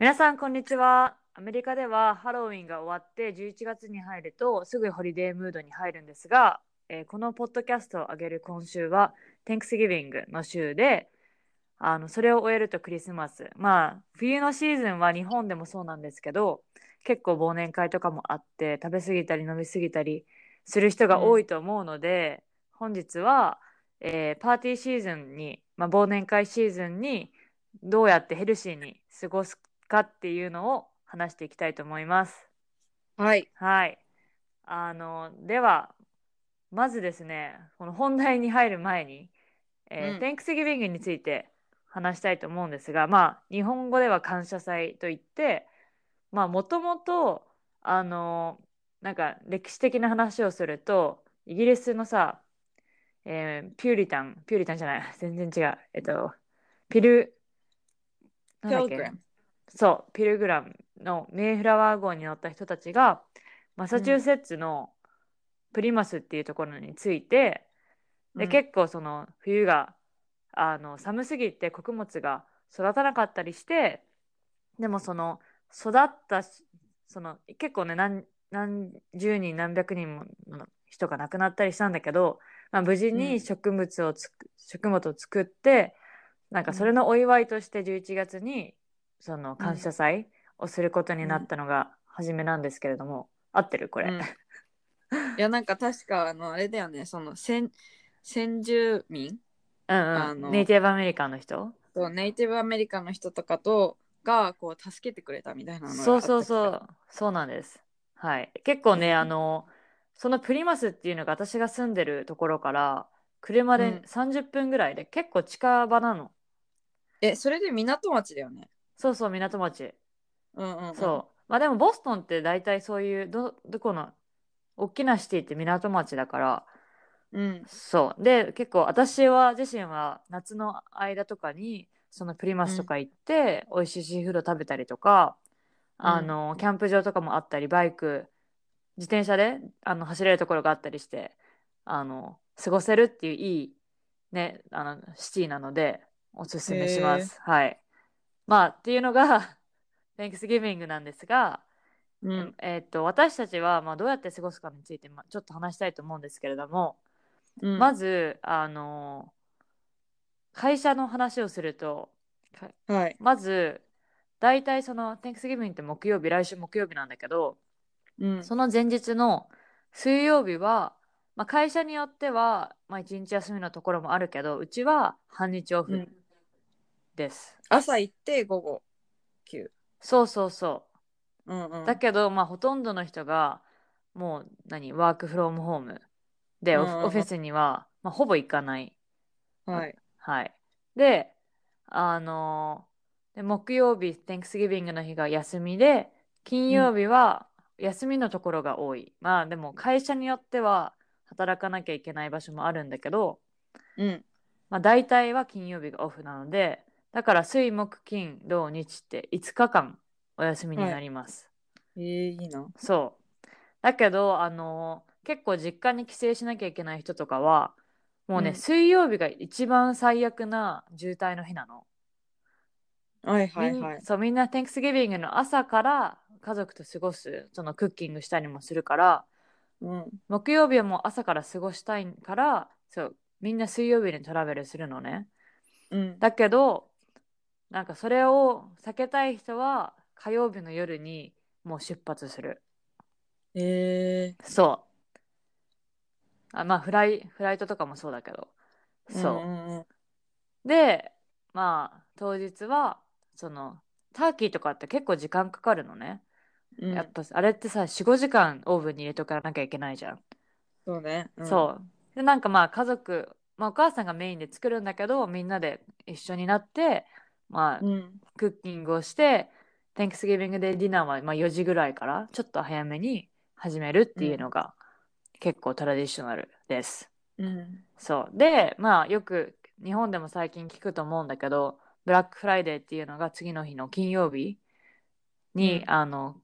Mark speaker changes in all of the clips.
Speaker 1: 皆さん、こんにちは。アメリカではハロウィンが終わって11月に入るとすぐホリデームードに入るんですが、えーこのポッドキャストを上げる今週は Thanksgiving の週であのそれを終えるとクリスマスまあ冬のシーズンは日本でもそうなんですけど結構忘年会とかもあって食べ過ぎたり飲み過ぎたりする人が多いと思うので、本日は、えーパーティーシーズンに、まあ、忘年会シーズンにどうやってヘルシーに過ごすかっていうのを話していきたいと思います。
Speaker 2: はい。
Speaker 1: はい。あの、では、まずですね、この本題に入る前に、えー
Speaker 2: うん
Speaker 1: Thanksgiving について話したいと思うんですが、まあ、日本語では感謝祭といって、まあ、もともと、あの、なんか歴史的な話をすると、イギリスのさ、えーピューリタン、ピューリタンじゃない、全然違う、えっと、ピル、なんだっけ
Speaker 2: Pilgrim
Speaker 1: そう、ピルグラムのメイフラワー号に乗った人たちが、マサチューセッツのプリマスっていうところに着いて、で、結構その冬があの寒すぎて穀物が育たなかったりしてでもその育ったしその結構ね何何十人何百人もの人が亡くなったりしたんだけど、まあ、無事
Speaker 2: うん
Speaker 1: に植物をつく、食物を作ってなんかそれのお祝いとして11月にその感謝祭をすることになったのが初めなんですけれども、合ってるこれ、
Speaker 3: うんいやなんか確かあのあれだよねその先先住民
Speaker 1: うんうん
Speaker 3: あの
Speaker 1: ネイティブアメリカンの人
Speaker 3: とネイティブアメリカの人とかとがこう助けてくれたみたいなのがあった
Speaker 1: そうそうそ
Speaker 3: 気が
Speaker 1: うそうなんですはい結構ねあのそのプリマスっていうのが私が住んでるところから車
Speaker 3: うん
Speaker 1: で30分ぐらいで、結構近場なの
Speaker 3: えそれで港町だよね
Speaker 1: そうそう港町
Speaker 3: うんうん、うん、
Speaker 1: そうまあでもボストンって大体そういうどどこの大きなシティって港町だから
Speaker 3: ううん
Speaker 1: そうで結構私は自身は夏の間とかにそのプリマスとか行って、美味しいシーフード食べたりとか
Speaker 3: うん
Speaker 1: あのキャンプ場とかもあったりバイク自転車であの走れるところがあったりしてあの過ごせるっていういい、ね、あのシティなのでおすすめします。はいまあ、っていうのが Thanksgiving なんですが、
Speaker 3: うん
Speaker 1: えっと私たちは、まあ、どうやって過ごすかについて、まあ、ちょっと話したいと思うんですけれども、
Speaker 3: うん
Speaker 1: まずあの会社の話をするとか
Speaker 3: はい
Speaker 1: まず大体その Thanksgiving って木曜日来週木曜日なんだけど
Speaker 3: うん
Speaker 1: その前日の水曜日は、まあ、会社によっては、まあ、1日休みのところもあるけどうちは半日オ
Speaker 3: う
Speaker 1: フ
Speaker 3: ん
Speaker 1: です、
Speaker 3: 朝行って午後休
Speaker 1: そうそうそ
Speaker 3: うんうん
Speaker 1: うだけどまあほとんどの人がもう何ワークフロームホームでオフ,、
Speaker 3: うんうんうん
Speaker 1: オフィスには、まあ、ほぼ行かない
Speaker 3: はい
Speaker 1: はい。で、あので木曜日、Thanksgiving の日が休みで、金曜日は休みのところが多い。まあでも会社によっては働かなきゃいけない場所もあるんだけど、
Speaker 3: うん
Speaker 1: まあ、大体は金曜日がオフなので、だから水木金土日って5日間お休みになります。
Speaker 3: えー、いいな
Speaker 1: そう。だけど、あの結構実家に帰省しなきゃいけない人とかは、もうね、
Speaker 3: うん
Speaker 1: 水曜日が一番最悪な渋滞の日なの。
Speaker 3: はいは
Speaker 1: み
Speaker 3: い
Speaker 1: ん
Speaker 3: はい
Speaker 1: そうみんな Thanksgiving の朝から家族と過ごすそのクッキングしたりもするから
Speaker 3: うん
Speaker 1: 木曜日はもう朝から過ごしたいからそうみんな水曜日にトラベルするのね
Speaker 3: うん
Speaker 1: だけどなんかそれを避けたい人は火曜日の夜にもう出発する
Speaker 3: え
Speaker 1: そうあまあフライフライトとかもそうだけど
Speaker 3: ー、
Speaker 1: そう、
Speaker 3: んうん
Speaker 1: でまあ当日はそのターキーとかって結構時間かかるのね
Speaker 3: うん、
Speaker 1: やっぱあれってさ45時間オーブンに入れとかなきゃいけないじゃん、
Speaker 3: そうね、うん、
Speaker 1: そうでなんかまあ家族、まあ、お母さんがメインで作るんだけどみんなで一緒になってまあ
Speaker 3: うん
Speaker 1: クッキングをして Thanksgiving でディナーはまあ4時ぐらいからちょっと早めに始めるっていうのが結構トラディショナルです。
Speaker 3: うん。
Speaker 1: そうでまあよく日本でも最近聞くと思うんだけどブラックフライデーっていうのが次の日の金曜日に、
Speaker 3: うん
Speaker 1: あの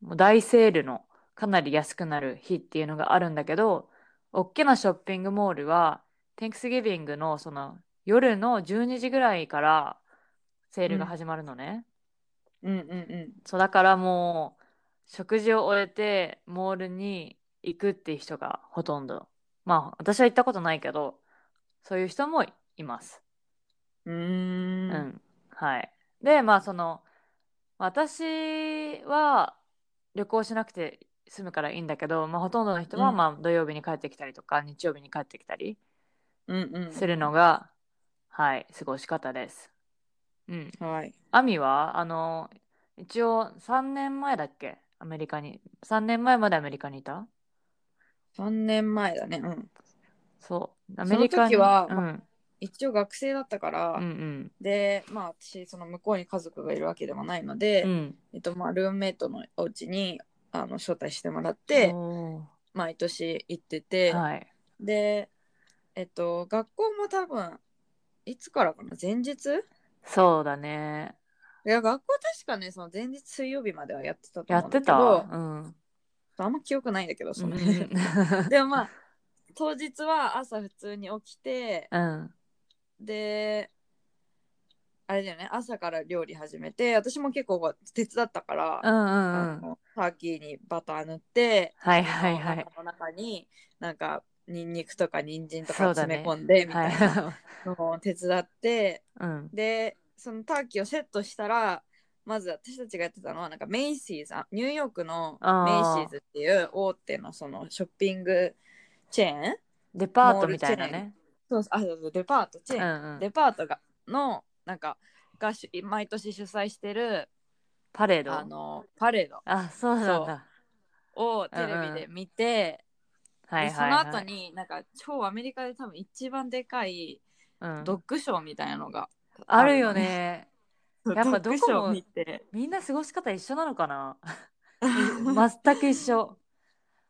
Speaker 1: もう大セールのかなり安くなる日っていうのがあるんだけど大きなショッピングモールは Thanksgiving のその夜の12時ぐらいからセールが始まるのね。
Speaker 3: うんうん
Speaker 1: そうだからもう食事を終えてモールに行くっていう人がほとんどまあ私は行ったことないけどそういう人もいます
Speaker 3: うん。う
Speaker 1: うん、
Speaker 3: ーん。
Speaker 1: はいでまあその私は旅行しなくて済むからいいんだけど、まあ、ほとんどの人は
Speaker 3: うん
Speaker 1: まあ土曜日に帰ってきたりとか、日曜日に帰ってきたり
Speaker 3: うんうん。
Speaker 1: するのが、はい過ごし方ですうん
Speaker 3: はい。
Speaker 1: アミはあの一応3年前だっけアメリカに3年前までアメリカにいた
Speaker 3: 3年前だね。うん。
Speaker 1: そうアメリカに
Speaker 3: その時は
Speaker 1: うん、
Speaker 3: 一応学生だったから、
Speaker 1: うん
Speaker 3: で、まあ私、その向こうに家族がいるわけでもないの
Speaker 1: う
Speaker 3: で、
Speaker 1: んうん
Speaker 3: えっと、まあルームメイトのお家にあの招待してもらって、
Speaker 1: お
Speaker 3: 毎年行って
Speaker 1: ー
Speaker 3: て、
Speaker 1: はい
Speaker 3: で、えっと、学校も多分、いつからかな前日
Speaker 1: そうだね
Speaker 3: いや、学校確かね、その前日水曜日まではやってたと
Speaker 1: や
Speaker 3: 思う
Speaker 1: っ
Speaker 3: んだ
Speaker 1: て
Speaker 3: け
Speaker 1: た
Speaker 3: ど、
Speaker 1: うん
Speaker 3: あんま記憶ないんだけど、その
Speaker 1: うん
Speaker 3: でもまあ、当日は朝普通に起きて、
Speaker 1: うん
Speaker 3: で、あれだよね、朝から料理始めて、私も結構手伝ったから、
Speaker 1: うんうん う
Speaker 3: あ
Speaker 1: ん
Speaker 3: のターキーにバター塗って、
Speaker 1: はいはいは
Speaker 3: あ
Speaker 1: い
Speaker 3: の中になんか、ニンニクとか人参と
Speaker 1: そ
Speaker 3: か
Speaker 1: うだね
Speaker 3: 詰め込んでみた
Speaker 1: はい
Speaker 3: なのを手伝って、
Speaker 1: いうん
Speaker 3: でそのターキーをセットしたらまず私たちがやってたのはなんかメイシーズあニューヨークの
Speaker 1: あー
Speaker 3: メイシーズっていう大手のそのショッピングチェーン
Speaker 1: デパートみたいなね
Speaker 3: そうそうあそうそうデパートチェ
Speaker 1: う
Speaker 3: ーン、
Speaker 1: んうん
Speaker 3: デパートがのなんかがし毎年主催してる
Speaker 1: パレード
Speaker 3: あのパレード
Speaker 1: あそうなんだ
Speaker 3: をテレビで見て、
Speaker 1: はい
Speaker 3: でそ
Speaker 1: はい
Speaker 3: の
Speaker 1: はい
Speaker 3: 後になんか超アメリカで多分一番でかい
Speaker 1: うん
Speaker 3: ドッグショーみたいなのが、
Speaker 1: あるよねやっぱどこも
Speaker 3: ドッグショーを見 て
Speaker 1: みんな過ごし方一緒なのかな 全く一緒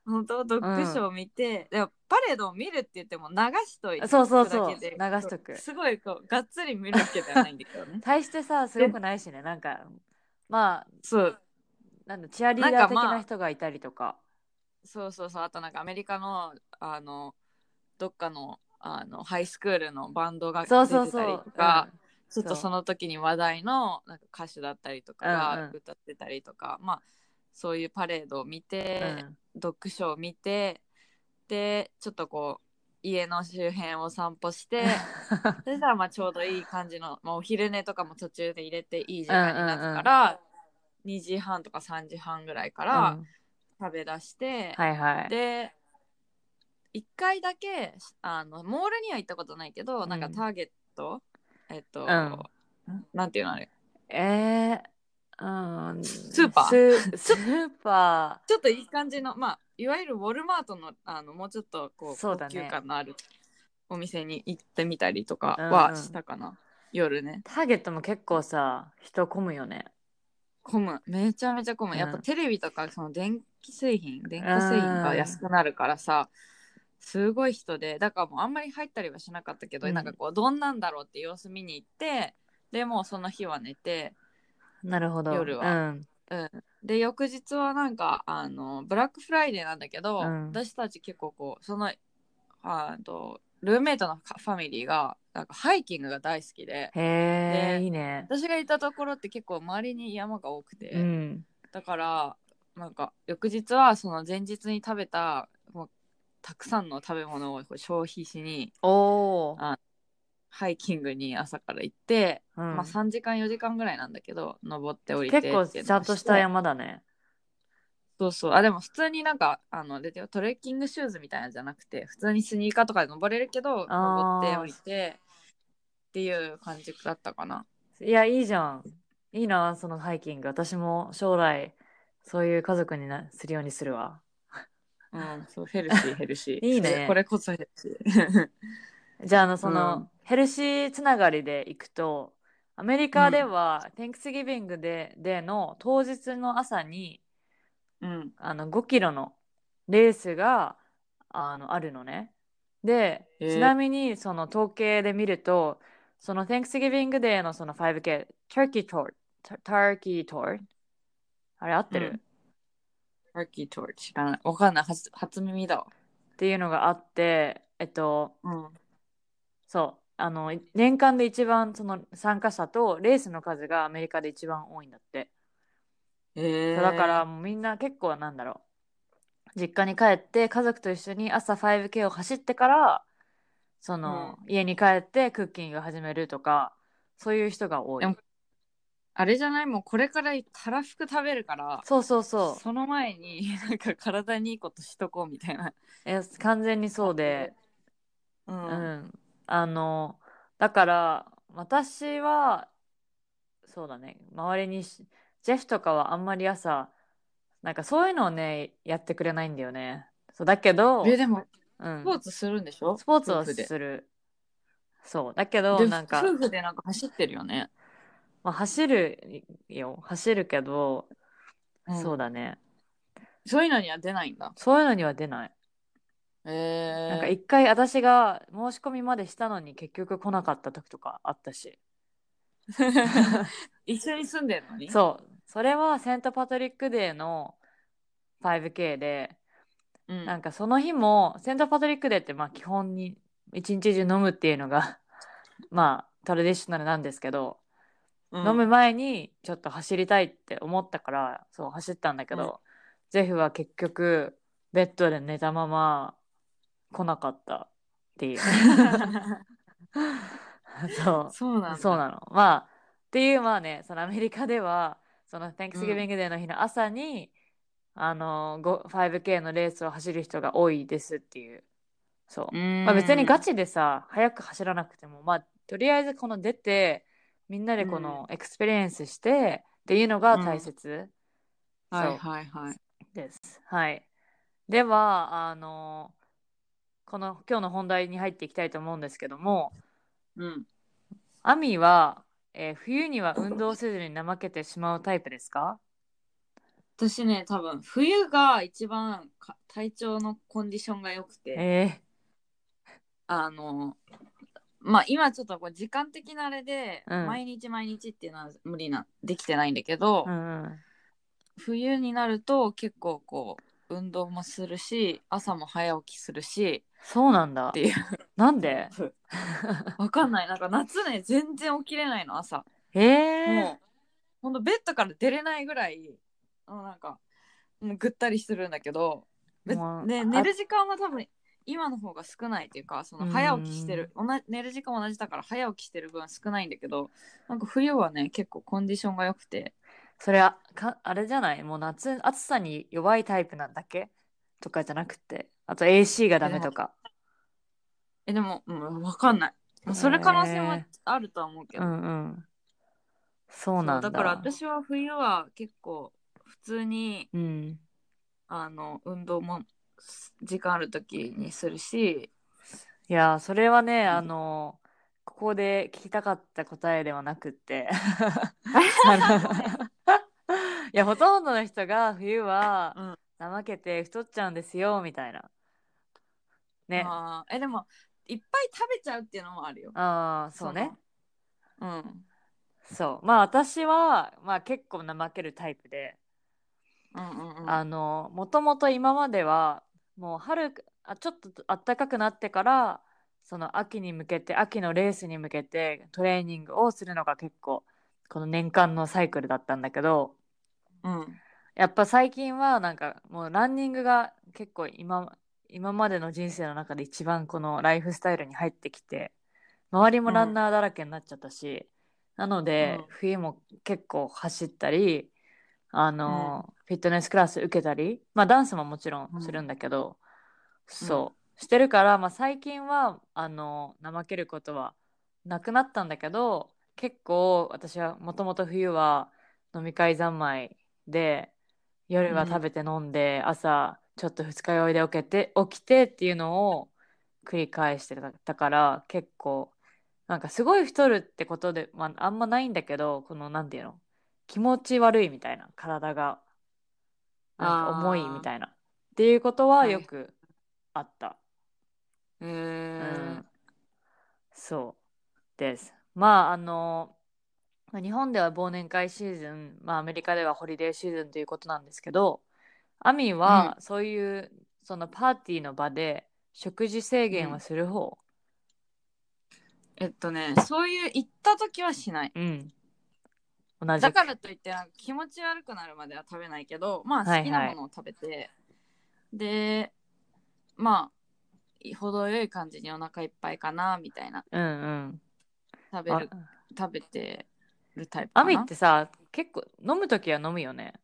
Speaker 3: 本当ドッグショーを見て、でもパレードを見るって言っても流しといて
Speaker 1: そうそうそう
Speaker 3: だけで
Speaker 1: 流しとく
Speaker 3: すごいこうがっつり見るわけではないんだけど ね
Speaker 1: 大してさすごくないしねなんかまあ
Speaker 3: そう
Speaker 1: なんだチアリーダー的
Speaker 3: なんかま
Speaker 1: な
Speaker 3: あ
Speaker 1: 人がいたりとか
Speaker 3: そうそうそうあとなんかアメリカのあのどっかのあのハイスクールのバンドが出て
Speaker 1: そ
Speaker 3: た
Speaker 1: う
Speaker 3: りとか
Speaker 1: そうそう
Speaker 3: ちょっとその時に話題のなんか歌手だったりとか
Speaker 1: うん
Speaker 3: が
Speaker 1: うん
Speaker 3: 歌ってたりとか、まあそういうパレードを見
Speaker 1: う
Speaker 3: て、
Speaker 1: ん
Speaker 3: ドッグショーを見てでちょっとこう家の周辺を散歩 してそしたらまあちょうどいい感じの、まあ、お昼寝とかも途中で入れていい時間になったから、2時半とか3時半ぐらいか
Speaker 1: うん
Speaker 3: ら食べ出して、
Speaker 1: はいはい
Speaker 3: で1回だけあのモールには行ったことないけど、
Speaker 1: うん
Speaker 3: なんかターゲットえっと、
Speaker 1: うん
Speaker 3: なんていうのあれ
Speaker 1: えーうん
Speaker 3: スーパー
Speaker 1: ススーパ
Speaker 3: ちょっといい感じのまあいわゆるウォルマートのあのもうちょっとこう
Speaker 1: そうだ
Speaker 3: 高
Speaker 1: ね
Speaker 3: 級感のあるお店に行ってみたりとか
Speaker 1: うん
Speaker 3: は
Speaker 1: うん
Speaker 3: したかな、夜ね
Speaker 1: ーターゲットも結構さ人混むよね
Speaker 3: 混むめちゃめちゃ混む、
Speaker 1: うん
Speaker 3: やっぱテレビとかその電気製品電化製品が安くなるからさ、すごい人でだからもうあんまり入ったりはしなかったけど、
Speaker 1: うん
Speaker 3: なんかこうどんなんだろうって様子見に行ってでもうその日は寝て
Speaker 1: なるほど
Speaker 3: 夜は
Speaker 1: うん
Speaker 3: で翌日はなんかあのブラックフライデーなんだけど、
Speaker 1: うん
Speaker 3: 私たち結構こうそのあとルームメイトのファミリーがなんかハイキングが大好きで
Speaker 1: へえ
Speaker 3: で
Speaker 1: いいね
Speaker 3: 私がいたところって結構周りに山が多くて、
Speaker 1: うん
Speaker 3: だからなんか翌日はその前日に食べたもうたくさんの食べ物をこう消費しに
Speaker 1: おー
Speaker 3: あハイキングに朝から行って、
Speaker 1: うん
Speaker 3: まあ3時間4時間ぐらいなんだけど登って降りてってい
Speaker 1: 結
Speaker 3: うのを
Speaker 1: 構
Speaker 3: して
Speaker 1: ちゃんとした山だね
Speaker 3: そうそうあでも普通になんかあの出てよトレッキングシューズみたいなのじゃなくて普通にスニーカーとかで登れるけど
Speaker 1: あー
Speaker 3: 登って降りてっていう感じだったかない
Speaker 1: や、いいじゃん。いいな、そのハイキング。私も将来、そういう家族になするようにするわ。
Speaker 3: うんそうヘルシーヘルシー
Speaker 1: いいね
Speaker 3: これこそヘルシー
Speaker 1: じゃあ、あの、その、
Speaker 3: うん
Speaker 1: ヘルシーつながりで行くと、アメリカでは、Thanksgiving ででの当日の朝に
Speaker 3: うん。
Speaker 1: あの5キロのレースがあのあるのね。で、
Speaker 3: へー
Speaker 1: ちなみにその統計で見ると、その Thanksgiving Day のその 5K、Turkey Tour、Tur- Turkey Tour、あれ合ってる、
Speaker 3: うんターキートーチ知らない。わかんない。初初耳だわ。
Speaker 1: っていうのがあって、えっと、
Speaker 3: うん。
Speaker 1: そう、あの、年間で一番その参加者とレースの数がアメリカで一番多いんだって。
Speaker 3: え
Speaker 1: そうだから、もうみんな結構なんだろう実家に帰って家族と一緒に朝 5K を走ってからその、家に帰ってクッキングを始めるとかそういう人が多い
Speaker 3: でもあれじゃないもうこれからたらふく食べるから、
Speaker 1: そうそうそう
Speaker 3: その前に、 なんか体にいいことしとこうみたいな。
Speaker 1: え完全にそうで、
Speaker 3: う。
Speaker 1: うんんあのだから私はそうだね周りにしジェフとかはあんまり朝なんかそういうのをねやってくれないんだよねそうだけど、
Speaker 3: え、でも、
Speaker 1: うん
Speaker 3: スポーツするんでしょ
Speaker 1: スポーツは
Speaker 3: 夫婦です
Speaker 1: る。そう。だけど、
Speaker 3: で
Speaker 1: なんか、
Speaker 3: 夫婦でなんか走ってるよね。
Speaker 1: まあ、走るよ。走るけど、
Speaker 3: うん
Speaker 1: そうだね。
Speaker 3: そういうのには出ないんだ。
Speaker 1: そういうのには出ない。
Speaker 3: えー、
Speaker 1: なんか一回私が申し込みまでしたのに結局来なかった時とかあったし。
Speaker 3: 一緒に住んでるのにう、
Speaker 1: そう。それはセントパトリックデーの 5K で、
Speaker 3: うん、
Speaker 1: なんかその日も、セントパトリックデーってまあ基本に一日中飲むっていうのが、 まあトラディショナルなんですけど、
Speaker 3: うん
Speaker 1: 飲む前にちょっと走りたいって思ったからそう走ったんだけど、
Speaker 3: うん
Speaker 1: ジェフは結局ベッドで寝たまま来なかったって いうそう
Speaker 3: そうなんだ
Speaker 1: そうなのまあっていうまあねそのアメリカではその Thanksgiving Day の日の朝に、あのご 5K のレースを走る人が多いですっていうそう、
Speaker 3: うん
Speaker 1: まあ、別にガチでさ早く走らなくてもまあとりあえずこの出てみんなでこのエクスペリエンスして、っていうのが大切
Speaker 3: はいはいはい
Speaker 1: です。はい、ではあのこの今日の本題に入っていきたいと思うんですけども
Speaker 3: うん
Speaker 1: アミは、えー冬には運動せずに怠けてしまうタイプですか
Speaker 3: 私ね多分冬が一番か体調のコンディションが良くて、
Speaker 1: え
Speaker 3: あのまあ今ちょっとこう時間的なあれで、
Speaker 1: うん
Speaker 3: 毎日毎日っていうのは無理なできてないんだけど、
Speaker 1: ーうんうん
Speaker 3: 冬になると結構こう運動もするし朝も早起きするし
Speaker 1: そうなんだ
Speaker 3: っていう
Speaker 1: なんで
Speaker 3: わかんないなんか夏ね全然起きれないの朝
Speaker 1: え
Speaker 3: も
Speaker 1: ー、
Speaker 3: うほんとベッドから出れないぐらいもうなんかもうぐったりするんだけど、べ
Speaker 1: もう
Speaker 3: ね、
Speaker 1: あ
Speaker 3: 寝る時間は多分今の方が少ないっていうかその早起きしてる同じ寝る時間は同じだから早起きしてる分少ないんだけどなんか冬はね結構コンディションが良くて
Speaker 1: それはかあれじゃないもう夏暑さに弱いタイプなんだっけとかじゃなくてあと AC がダメとか
Speaker 3: えでも、うん、わかんないまあそれ可能性はあるとは思うけ
Speaker 1: う
Speaker 3: ど、
Speaker 1: んうんそうなんだ
Speaker 3: そうだから私は冬は結構普通に
Speaker 1: うん
Speaker 3: あの運動もす時間ある時にするし、
Speaker 1: いやーそれはねあのここで聞きたかった答えではなくって あの いやほとんどの人が冬
Speaker 3: う
Speaker 1: は
Speaker 3: ん
Speaker 1: 怠けて太っちゃうんですよみたいなねあ
Speaker 3: あーえでもいっぱい食べちゃうっていうのもあるよ。
Speaker 1: あーそうね
Speaker 3: その。うん
Speaker 1: そうまあ私は、まあ、結構怠けるタイプで
Speaker 3: うんうんうん。
Speaker 1: あのもともと今まではもう春あちょっと暖かくなってからその秋に向けて秋のレースに向けてトレーニングをするのが結構この年間のサイクルだったんだけど
Speaker 3: うん
Speaker 1: やっぱ最近はなんかもうランニングが結構今今までの人生の中で一番このライフスタイルに入ってきて周りもランナーだらけになっちゃったし、なので、
Speaker 3: うん
Speaker 1: 冬も結構走ったりあの、フィットネスクラス受けたりまあダンスももちろんするんだけど、そうしてるから、まあ、最近はあの怠けることはなくなったんだけど結構私はもともと冬は飲み会三昧で夜は食べて飲んで、朝ちょっと二日酔いで起きて起きてっていうのを繰り返してたから結構なんかすごい太るってことで、まあ、あんまないんだけどこのなんていうの気持ち悪いみたいな体がなんか重いみたいなっていうことはよくあった、
Speaker 3: う
Speaker 1: うんん、そうですまああのまあ日本では忘年会シーズン、まあ、アメリカではホリデーシーズンということなんですけどアミンはそういう、そのパーティーの場で食事制限はする方、
Speaker 3: えっとねそういう行った時はしない
Speaker 1: うん同じく
Speaker 3: だからといってなんか気持ち悪くなるまでは食べないけどまあ
Speaker 1: はいはい
Speaker 3: 好きなものを食べて、でまあ程よい感じにお腹いっぱいかなみたいな
Speaker 1: うんうん
Speaker 3: 食べ
Speaker 1: あ
Speaker 3: る食べてるタイプか
Speaker 1: ア
Speaker 3: な
Speaker 1: ミってさ結構飲む時は飲むよね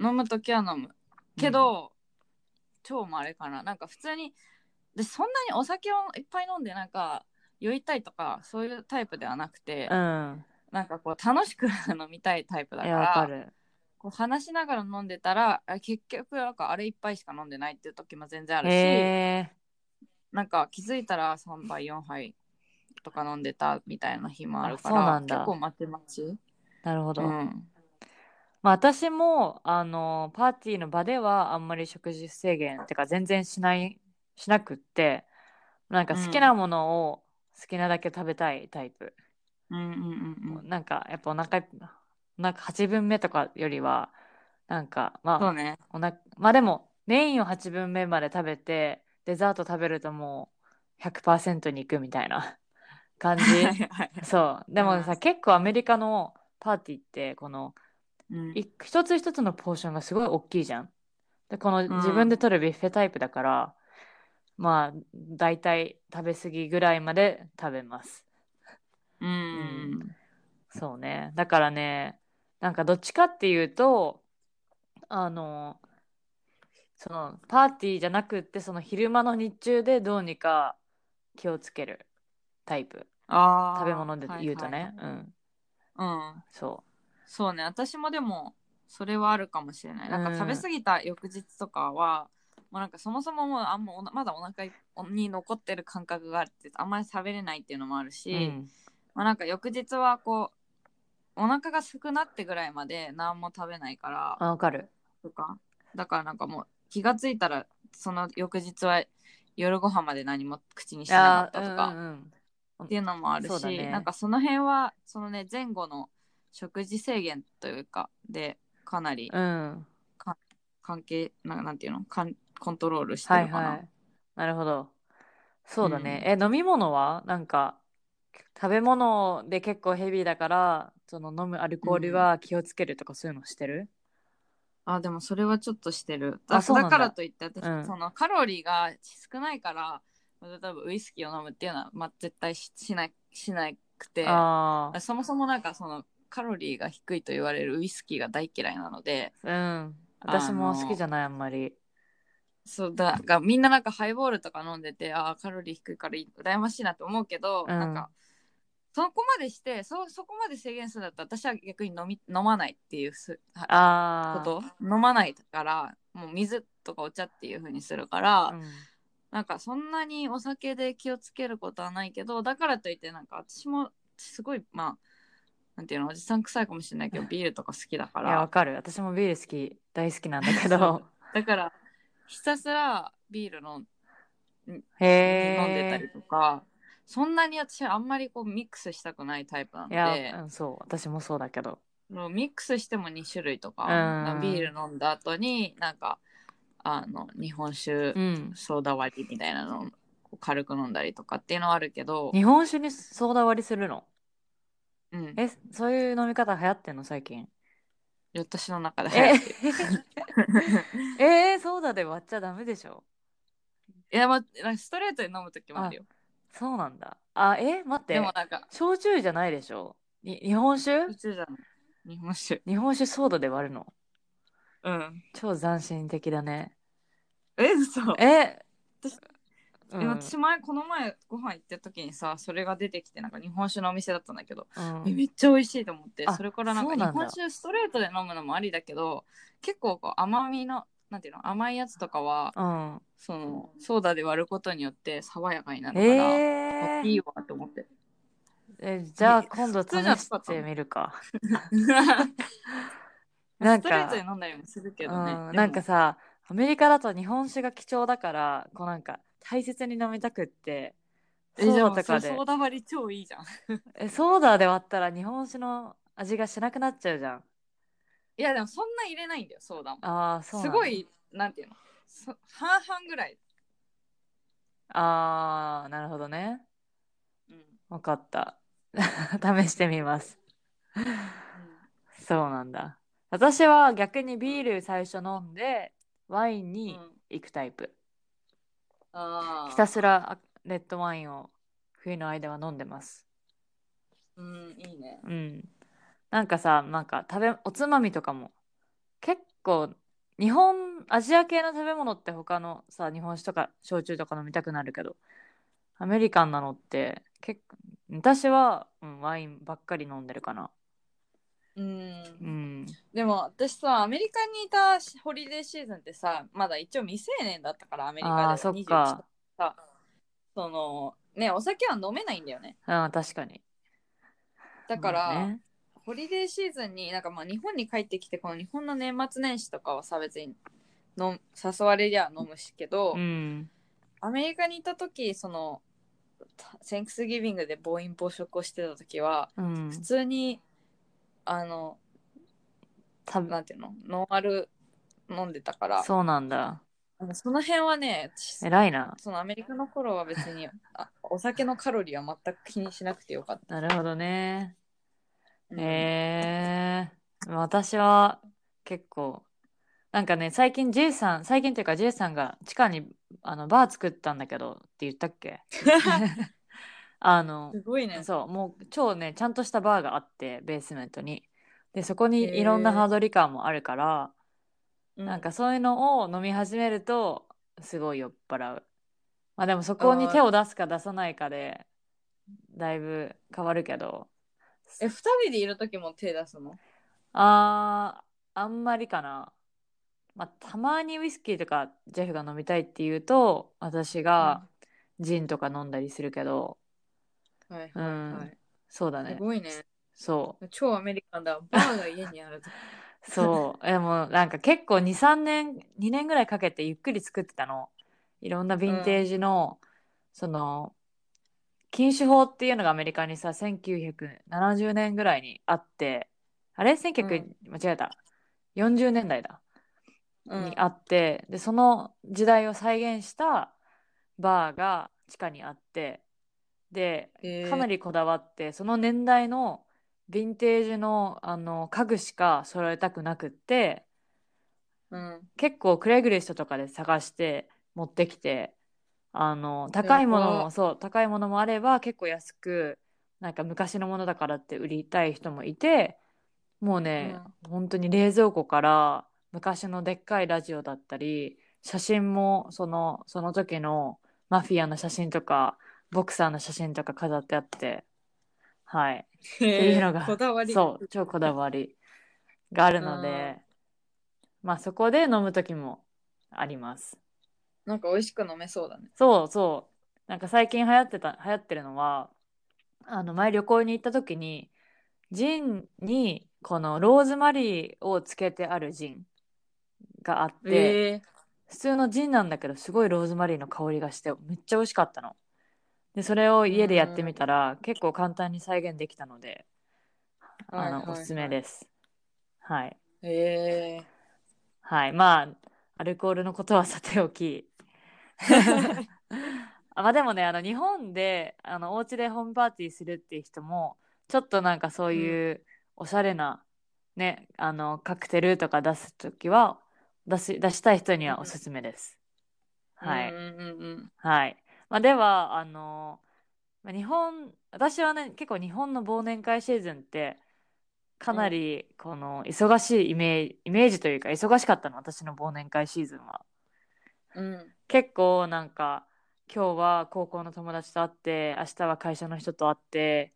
Speaker 3: 飲む時は飲むけど、超もあれかななんか普通にでそんなにお酒をいっぱい飲んでなんか酔いたいとかそういうタイプではなくて、
Speaker 1: うん
Speaker 3: なんかこう楽しく飲みたいタイプだ
Speaker 1: い
Speaker 3: か
Speaker 1: やわからる
Speaker 3: こう話しながら飲んでたらあ結局なんかあれ一杯しか飲んでないっていう時も全然あるし
Speaker 1: へえ
Speaker 3: なんか気づいたら3杯4杯とか飲んでたみたいな日もあるか
Speaker 1: あそうな
Speaker 3: ら
Speaker 1: んだ
Speaker 3: 結構待って待ち、
Speaker 1: なるほど、
Speaker 3: うん、
Speaker 1: まあ、私もあのパーティーの場ではあんまり食事制限ってか全然しないしなくってなんか好きなものを好きなだけ食べたいタイプ、
Speaker 3: うんうんうんうん
Speaker 1: なんかやっぱお腹いっなんか8分目とかよりはなんか
Speaker 3: そう
Speaker 1: ま
Speaker 3: ね
Speaker 1: あおなまあでもメインを8分目まで食べてデザート食べるともう100%に行くみたい な感じ
Speaker 3: はいはい
Speaker 1: そうでもさ、
Speaker 3: うん
Speaker 1: 結構アメリカのパーティーってこの
Speaker 3: うん
Speaker 1: い一つ一つのポーションがすごい大きいじゃん。でこの
Speaker 3: ん
Speaker 1: 自分で取るビュッフェタイプだから、まあ大体食べ過ぎぐらいまで食べます。
Speaker 3: うん
Speaker 1: そうねだからねなんかどっちかっていうとあのそのパーティーじゃなくってその昼間の日中でどうにか気をつけるタイプ
Speaker 3: あー
Speaker 1: 食べ物で言うとね、。うん
Speaker 3: はいはいうん。
Speaker 1: そ
Speaker 3: そうね、私もでも、それはあるかもしれない。なん
Speaker 1: う
Speaker 3: か
Speaker 1: ん
Speaker 3: 食べ過ぎた翌日とかは、もうなんかそもそももうあんまおなまだお腹いに残ってる感覚があって、あんまり喋れないっていうのもある
Speaker 1: う、
Speaker 3: し、
Speaker 1: うん、
Speaker 3: まあなんか翌日はこう、お腹がすくなってぐらいまで何も食べないから、
Speaker 1: あわかる
Speaker 3: とか、だからなんかもう気がついたら、その翌日は夜ご飯まで何も口にしてなかったとか、
Speaker 1: あーうんうんうん
Speaker 3: っていうのもある
Speaker 1: そう
Speaker 3: し、
Speaker 1: だね
Speaker 3: なんかその辺はそのね前後の食事制限というかでかなり
Speaker 1: うん
Speaker 3: 関係、ななんていうのかんコントロールして
Speaker 1: はい
Speaker 3: るかな、
Speaker 1: はい。なるほど。そうだね。え、飲み物はなんか、食べ物で結構ヘビーだから、その飲むアルコールは気をつけるとかそういうのしてる
Speaker 3: あでもそれはちょっとしてる
Speaker 1: あ
Speaker 3: だ
Speaker 1: そうなんだ
Speaker 3: だからといって私、
Speaker 1: うん
Speaker 3: そのカロリーが少ないから例えばウイスキーを飲むっていうのは、まあ、絶対ししないしなくて
Speaker 1: あ
Speaker 3: そもそもなんかそのカロリーが低いと言われるウイスキーが大嫌いなので
Speaker 1: あ、うん。私も
Speaker 3: あの
Speaker 1: 好きじゃない、あんまり。
Speaker 3: そうだがみんななんかハイボールとか飲んでてあーカロリー低いからい羨ましいなと思うけど、
Speaker 1: うん
Speaker 3: なんかそこまでしてそそこまで制限するんだったら私は逆に飲み飲まないっていうすはこ
Speaker 1: ああ。
Speaker 3: と飲まないからもう水とかお茶っていう風にするから、
Speaker 1: うん
Speaker 3: なんかそんなにお酒で気をつけることはないけどだからといってなんか私もすごいまあなんていうのおじさん臭いかもしれないけどビールとか好きだか
Speaker 1: いや、わ
Speaker 3: ら
Speaker 1: かる。私もビール好き、大好きなんだけ
Speaker 3: そう
Speaker 1: ど。
Speaker 3: だからひたすらビールの
Speaker 1: へえ。
Speaker 3: 飲んでたりとか、そんなに私あんまりこうミックスしたくないタイプなの
Speaker 1: い
Speaker 3: で
Speaker 1: や、うん、そう。私もそうだけど。
Speaker 3: もうミックスしても2種類とか、
Speaker 1: うん
Speaker 3: ビール飲んだ後になんかあの日本酒
Speaker 1: うん。
Speaker 3: ソーダ割りみたいなのをこう軽く飲んだりとかっていうのはあるけど、
Speaker 1: 日本酒にソーダ割りするの
Speaker 3: うん、
Speaker 1: え、そういう飲み方流行ってんの最近。
Speaker 3: 私の 中で流
Speaker 1: え
Speaker 3: 行ってる
Speaker 1: えー、ソーダで割っちゃダメでしょ
Speaker 3: いや、まあ、なんかストレートで飲む時もあるよ
Speaker 1: そうなんだ。あ、え待って
Speaker 3: でも。なんか
Speaker 1: 焼酎じゃないでしょに日本酒
Speaker 3: 普通じゃない日本酒
Speaker 1: 日本酒ソーダで割るの
Speaker 3: うん
Speaker 1: 超斬新的だね。
Speaker 3: え嘘
Speaker 1: え
Speaker 3: 私
Speaker 1: う
Speaker 3: え
Speaker 1: ん、
Speaker 3: 私前この前ご飯行った時にさそれが出てきてなんか日本酒のお店だったんだけど
Speaker 1: うん
Speaker 3: えめっちゃ美味しいと思って
Speaker 1: あ
Speaker 3: それからなん
Speaker 1: そ
Speaker 3: か
Speaker 1: う
Speaker 3: 日
Speaker 1: なんだ
Speaker 3: 本酒ストレートで飲むのもありだけど結構こう甘みのなんていうの甘いやつとかは
Speaker 1: うん。
Speaker 3: そのソーダで割ることによって爽やかになるから、
Speaker 1: え
Speaker 3: あい
Speaker 1: ー
Speaker 3: いわと思って
Speaker 1: え。じゃあ
Speaker 3: ね
Speaker 1: 今度
Speaker 3: 普
Speaker 1: 試
Speaker 3: 通じゃなか
Speaker 1: し
Speaker 3: った
Speaker 1: てみるか。な
Speaker 3: ス
Speaker 1: ん
Speaker 3: トレー
Speaker 1: か
Speaker 3: ト、に飲んだりもするけどね、
Speaker 1: うん、なんかさ、アメリカだと日本酒が貴重だから、こうなんか大切に飲みたくって、
Speaker 3: え
Speaker 1: ソ
Speaker 3: じゃ
Speaker 1: ー
Speaker 3: あ
Speaker 1: ダとかで
Speaker 3: そ。うソーダ割り超いいじゃん
Speaker 1: え、ソーダで割ったら日本酒の味がしなくなっちゃうじゃん。
Speaker 3: いやでもそんな入れないんだよソーダも
Speaker 1: ああ、そう
Speaker 3: す
Speaker 1: なんだ
Speaker 3: ご。いなんていうのそ半々ぐらい、
Speaker 1: ああ、なるほどね。
Speaker 3: うん
Speaker 1: わかった。 試してみます。そうなんだ。私は逆にビール最初飲んで、ワイン
Speaker 3: うん
Speaker 1: に行くタイプ。
Speaker 3: あー
Speaker 1: ひたすらあレッドワインを冬の間は飲んでます。
Speaker 3: うんいいね
Speaker 1: うん。なんかさ、なんか食べ、おつまみとかも。結構、日本、アジア系の食べ物って他のさ、日本酒とか焼酎とか飲みたくなるけど、アメリカンなのって、結構、私は、うん、ワインばっかり飲んでるかな。
Speaker 3: うん
Speaker 1: うん。
Speaker 3: でも私さアメリカにいたしホリデーシーズンってさまだ一応未成年だったからアメリカで
Speaker 1: あ
Speaker 3: は
Speaker 1: あ、そっか。
Speaker 3: 21さそのねお酒は飲めないんだよね
Speaker 1: うん、確かに。
Speaker 3: だから、
Speaker 1: まあね
Speaker 3: ホリデーシーズンになんかまあ日本に帰ってきてこの日本の年末年始とかはさ別に飲む誘われりゃ飲むしけど、
Speaker 1: うん。
Speaker 3: アメリカにいた時そのセンクスギビングで暴飲暴食をしてた時は
Speaker 1: うん
Speaker 3: 普。通にあの
Speaker 1: た
Speaker 3: なんていうのノンアル飲んでたから
Speaker 1: そうなんだ。
Speaker 3: なんかその辺はね私
Speaker 1: 偉いな。
Speaker 3: そのアメリカの頃は別にあお酒のカロリーは全く気にしなくてよかっ
Speaker 1: なるほどね。
Speaker 3: た。
Speaker 1: えー、私は結構なんかね最近 J さん最近というか J さんが地下にあのバー作ったんだけどって言ったっけあの
Speaker 3: すごいね。
Speaker 1: そうもう超ねちゃんとしたバーがあってベースメントにでそこ
Speaker 3: へー
Speaker 1: にいろんなハードリカーもあるから、なんかそういうのを飲み始めるとすごい酔っ払うまあでもそこに手を出すか出さないかでだいぶ変わるけど
Speaker 3: え二人でいる時も手出すの
Speaker 1: あーあんまりかな。まあ、たまにウイスキーとかジェフが飲みたいって言うと私がジンとか飲んだりするけど、
Speaker 3: はいはい、
Speaker 1: う
Speaker 3: はい
Speaker 1: んそうだ
Speaker 3: す
Speaker 1: ね
Speaker 3: ごいね。
Speaker 1: そ
Speaker 3: 超アメリカンだ。バーが家にあると。
Speaker 1: うそう でもなんか結構23年2年ぐらいかけてゆっくり作ってたのいろんなヴィンテージの、その禁酒法っていうのがアメリカにさ1970年ぐらいにあってあれ1900、間違えた40年代だにあって、でその時代を再現したバーが地下にあってで
Speaker 3: へー
Speaker 1: かなりこだわって、その年代のヴィンテージのあの家具しか揃えたくなくって
Speaker 3: うん、
Speaker 1: 結構クレグリストとかで探して持ってきてあの高いものもそう高いものもあれば結構安くなんか昔のものだからって売りたい人もいてもうね、本当に冷蔵庫から昔のでっかいラジオだったり写真もそのその時のマフィアの写真とかボクサーの写真とか飾ってあってはい
Speaker 3: って
Speaker 1: いうのが
Speaker 3: こだわり
Speaker 1: そう超こだわりがあるので、まあそこで飲む時もあります
Speaker 3: なんか美味しく飲めそうだね。
Speaker 1: そうそうなんか最近流行ってた流行ってるのはあの前旅行に行った時にジンにこのローズマリーをつけてあるジンがあって、
Speaker 3: え
Speaker 1: 普通のジンなんだけどすごいローズマリーの香りがしてめっちゃ美味しかったのでそれを家でやってみたら結構簡単に再現できたのであの、
Speaker 3: はいはいはい
Speaker 1: おすすめですはい
Speaker 3: ー、え
Speaker 1: はい、まあ、アルコールのことはさておき。あまあでもね、あの日本であのお家でホームパーティーするっていう人も、ちょっとなんかそういうおしゃれな、ね、あのカクテルとか出すときは出し、出したい人にはおすすめです。
Speaker 3: ー、
Speaker 1: はい。
Speaker 3: うんうんうん
Speaker 1: はい。まあ、では、あの、まあ日本、私はね、結構日本の忘年会シーズンって、かなり、この、忙しいイメージ、イメージというか、忙しかったの、私の忘年会シーズンは。
Speaker 3: うん。うん
Speaker 1: 結構、なんか、今日は高校の友達と会って、明日は会社の人と会って、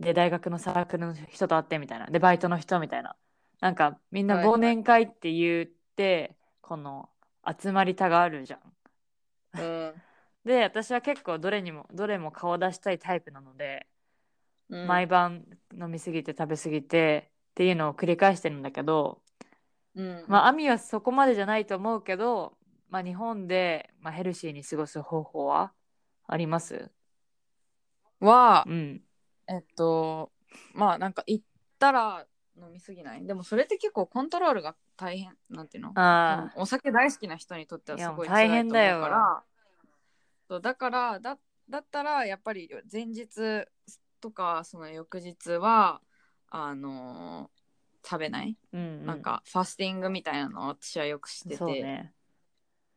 Speaker 1: で、大学のサークルの人と会ってみたいな、で、バイトの人みたいな。なんか、みんな
Speaker 3: はいはい
Speaker 1: 忘年会って言って、この集まりたがあるじゃん。
Speaker 3: うん
Speaker 1: で私は結構どれにもどれも顔出したいタイプなので、
Speaker 3: うん
Speaker 1: 毎晩飲みすぎて食べすぎてっていうのを繰り返してるんだけど、
Speaker 3: うん
Speaker 1: まあアミはそこまでじゃないと思うけど、まあ、日本で、まあ、ヘルシーに過ごす方法はあります
Speaker 3: は
Speaker 1: うん
Speaker 3: えっとまあなんか行ったら飲みすぎないでもそれって結構コントロールが大変なんていうの
Speaker 1: あ
Speaker 3: お酒大好きな人にとってはすごい
Speaker 1: いや大変だよ
Speaker 3: 辛いと思うからそうだからだだったらやっぱり前日とかその翌日はあのー食べない、
Speaker 1: ーうん、
Speaker 3: なんかファスティングみたいなのを私はよくしてて、
Speaker 1: そうね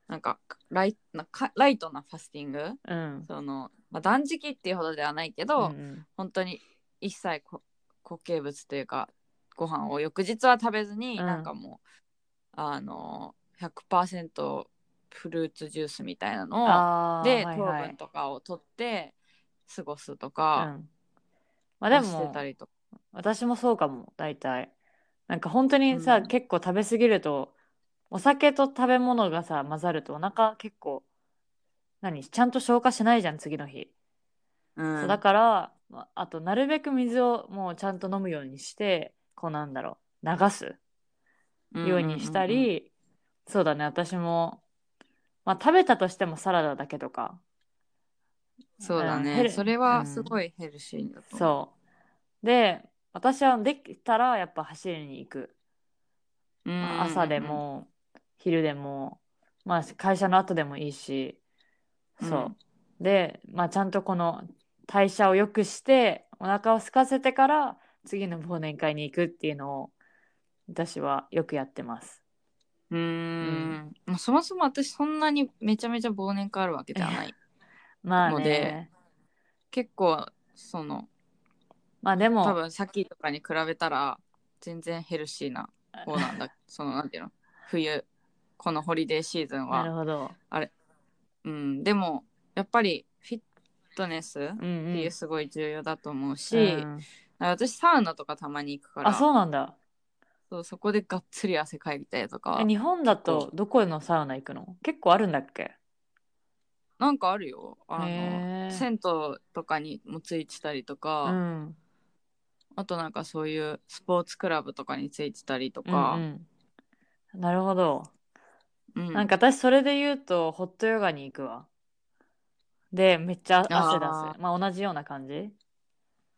Speaker 3: なんかライなかライトなファスティング
Speaker 1: うん
Speaker 3: その、まあ、断食っていうほどではないけど、
Speaker 1: うん
Speaker 3: 本当に一切こ固形物というかご飯を翌日は食べずに、
Speaker 1: うん
Speaker 3: なんかもうあの100%フルーツジュースみたいな
Speaker 1: うん、
Speaker 3: のを
Speaker 1: あー
Speaker 3: で、
Speaker 1: はい
Speaker 3: 糖
Speaker 1: はい
Speaker 3: 分とかを取って過ごすと
Speaker 1: う
Speaker 3: か、
Speaker 1: ん、まあで
Speaker 3: して
Speaker 1: も
Speaker 3: たりとか
Speaker 1: 私もそうかも大体なんか本当にさ、
Speaker 3: うん
Speaker 1: 結構食べ過ぎるとお酒と食べ物がさ混ざるとお腹結構何ちゃんと消化しないじゃん次の日、
Speaker 3: うん
Speaker 1: そうだからまあとなるべく水をもうちゃんと飲むようにしてこうなんだろう流すようにしたり、
Speaker 3: うんうんうん
Speaker 1: そうだね私も、まあ、食べたとしてもサラダだけとか
Speaker 3: そうだ
Speaker 1: うんヘ
Speaker 3: ね
Speaker 1: ル
Speaker 3: それはすごいヘルシーだと思
Speaker 1: そうで私はできたらやっぱ走りに行く
Speaker 3: う、うんうんうん
Speaker 1: 朝でも昼でも、まあ、会社の後でもいいしそう、で、まあ、ちゃんとこの代謝を良くしてお腹を空かせてから次の忘年会に行くっていうのを私はよくやってます。
Speaker 3: うーん、まあそもそも私そんなにめちゃめちゃ忘年会あるわけじゃ ない
Speaker 1: まあ
Speaker 3: の
Speaker 1: ね
Speaker 3: で結構その
Speaker 1: まあでも
Speaker 3: 多分さっきとかに比べたら全然ヘルシーな方なん だそのなんていうの冬このホリデーシーズン
Speaker 1: なる
Speaker 3: は
Speaker 1: ほど。
Speaker 3: うんでもやっぱりフィットネスっ
Speaker 1: うん
Speaker 3: て
Speaker 1: うん
Speaker 3: いうすごい重要だと思うし、
Speaker 1: うん
Speaker 3: 私サウナとかたまに行くから
Speaker 1: あそうなんだ。
Speaker 3: そうそこでがっつり汗かいたりとか
Speaker 1: え日本だとどこのサウナ行くの結構あるんだっけ
Speaker 3: なんかあるよあ
Speaker 1: へ
Speaker 3: の
Speaker 1: ー
Speaker 3: 銭湯とかにもついてたりと
Speaker 1: う
Speaker 3: か、
Speaker 1: ん。
Speaker 3: あとなんかそういうスポーツクラブとかについてたりと
Speaker 1: うん
Speaker 3: か、
Speaker 1: うんなるほど。
Speaker 3: うん
Speaker 1: なんか私それで言うとホットヨガに行くわ。でめっちゃ汗出
Speaker 3: あ
Speaker 1: す。まあ同じような感じ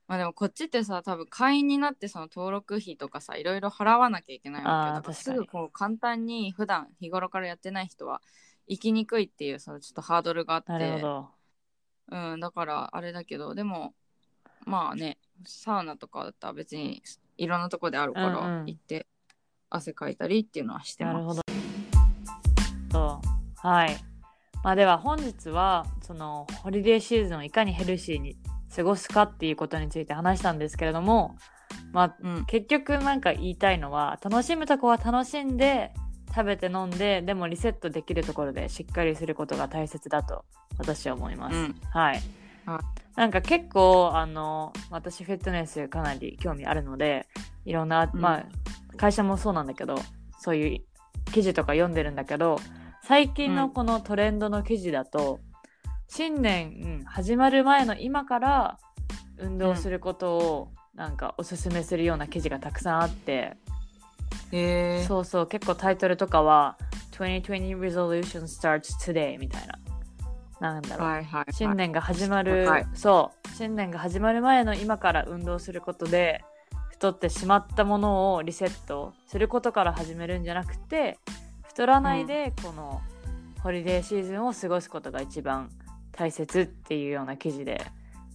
Speaker 3: まあでもこっちってさ多分会員になってその登録費とかさいろいろ払わなきゃいけないわけ
Speaker 1: あー
Speaker 3: よだから
Speaker 1: 確か
Speaker 3: す
Speaker 1: に
Speaker 3: ぐこう簡単に普段日頃からやってない人は行きにくいっていうそのちょっとハードルがあって
Speaker 1: なるほど。
Speaker 3: うん、だからあれだけどでもまあねサウナとかだったら別にいろんなとこであるから
Speaker 1: うんうん
Speaker 3: 行って汗かいたりっていうのはして
Speaker 1: な
Speaker 3: ます。
Speaker 1: るほど。そうはい。まあでは本日はそのホリデーシーズンをいかにヘルシーに過ごすかっていうことについて話したんですけれども、まあ
Speaker 3: うん
Speaker 1: 結局なんか言いたいのは楽しむとこは楽しんで食べて飲んででもリセットできるところでしっかりすることが大切だと私は思います、
Speaker 3: うん
Speaker 1: はい
Speaker 3: は
Speaker 1: なんか結構あの私フィットネスかなり興味あるのでいろんな、
Speaker 3: うん
Speaker 1: まあ会社もそうなんだけどそういう記事とか読んでるんだけど最近
Speaker 3: う
Speaker 1: の
Speaker 3: ん
Speaker 1: このトレンドの記事だと、新年うん始まる前の今から運動することをなんかおすすめするような記事がたくさんあって、
Speaker 3: へー
Speaker 1: そうそう結構タイトルとかは「2020 Resolution Starts Today」みたいななんだろう、
Speaker 3: はいはい、
Speaker 1: 新
Speaker 3: はい
Speaker 1: 年が始まる、
Speaker 3: はい
Speaker 1: そう新年が始まる前の今から運動することで太ってしまったものをリセットすることから始めるんじゃなくて太らないでこのホリデーシーズンを過ごすことが一番大切っていうような記事で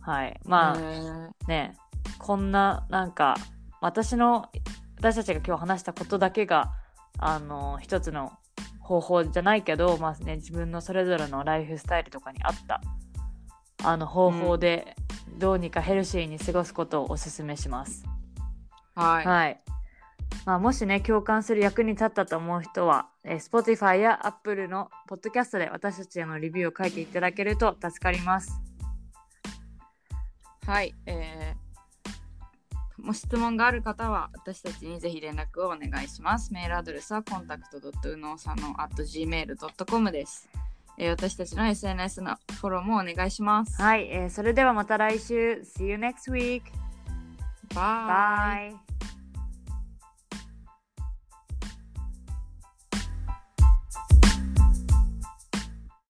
Speaker 1: はいまあ、
Speaker 3: へー
Speaker 1: ねこんななんか私の私たちが今日話したことだけがあの一つの方法じゃないけど、まあね、自分のそれぞれのライフスタイルとかに合ったあの方法でどうにかヘルシーに過ごすことをおすすめします。
Speaker 3: はい
Speaker 1: はいまあ、もしね共感する役に立ったと思う人は、えー Spotify や Apple のポッドキャストで私たちへのレビューを書いていただけると助かります。
Speaker 3: はい、えー、もう質問がある方は私たちにぜひ連絡をお願いします。メールアドレスはコンタクト u n o さんの gmail.com です、えー私たちの SNS のフォローもお願いします。
Speaker 1: はい、えーそれではまた来週 See you next week!
Speaker 3: バイ。
Speaker 1: Bye!